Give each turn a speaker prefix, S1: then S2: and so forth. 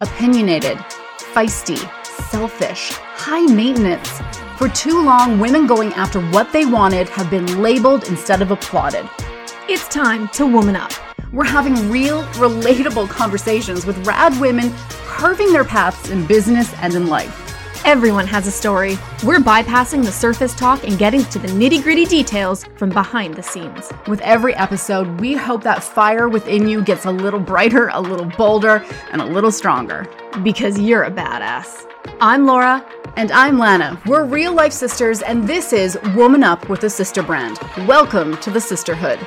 S1: opinionated, feisty, selfish, high maintenance. For too long, women going after what they wanted have been labeled instead of applauded.
S2: It's time to woman up.
S1: We're having real, relatable conversations with rad women carving their paths in business and in life.
S2: Everyone has a story. We're bypassing the surface talk and getting to the nitty gritty details from behind the scenes.
S1: With every episode, we hope that fire within you gets a little brighter, a little bolder, and a little stronger.
S2: Because you're a badass. I'm Laura.
S1: And I'm Lana. We're real life sisters, and this is Woman Up with a Sister Brand. Welcome to the sisterhood.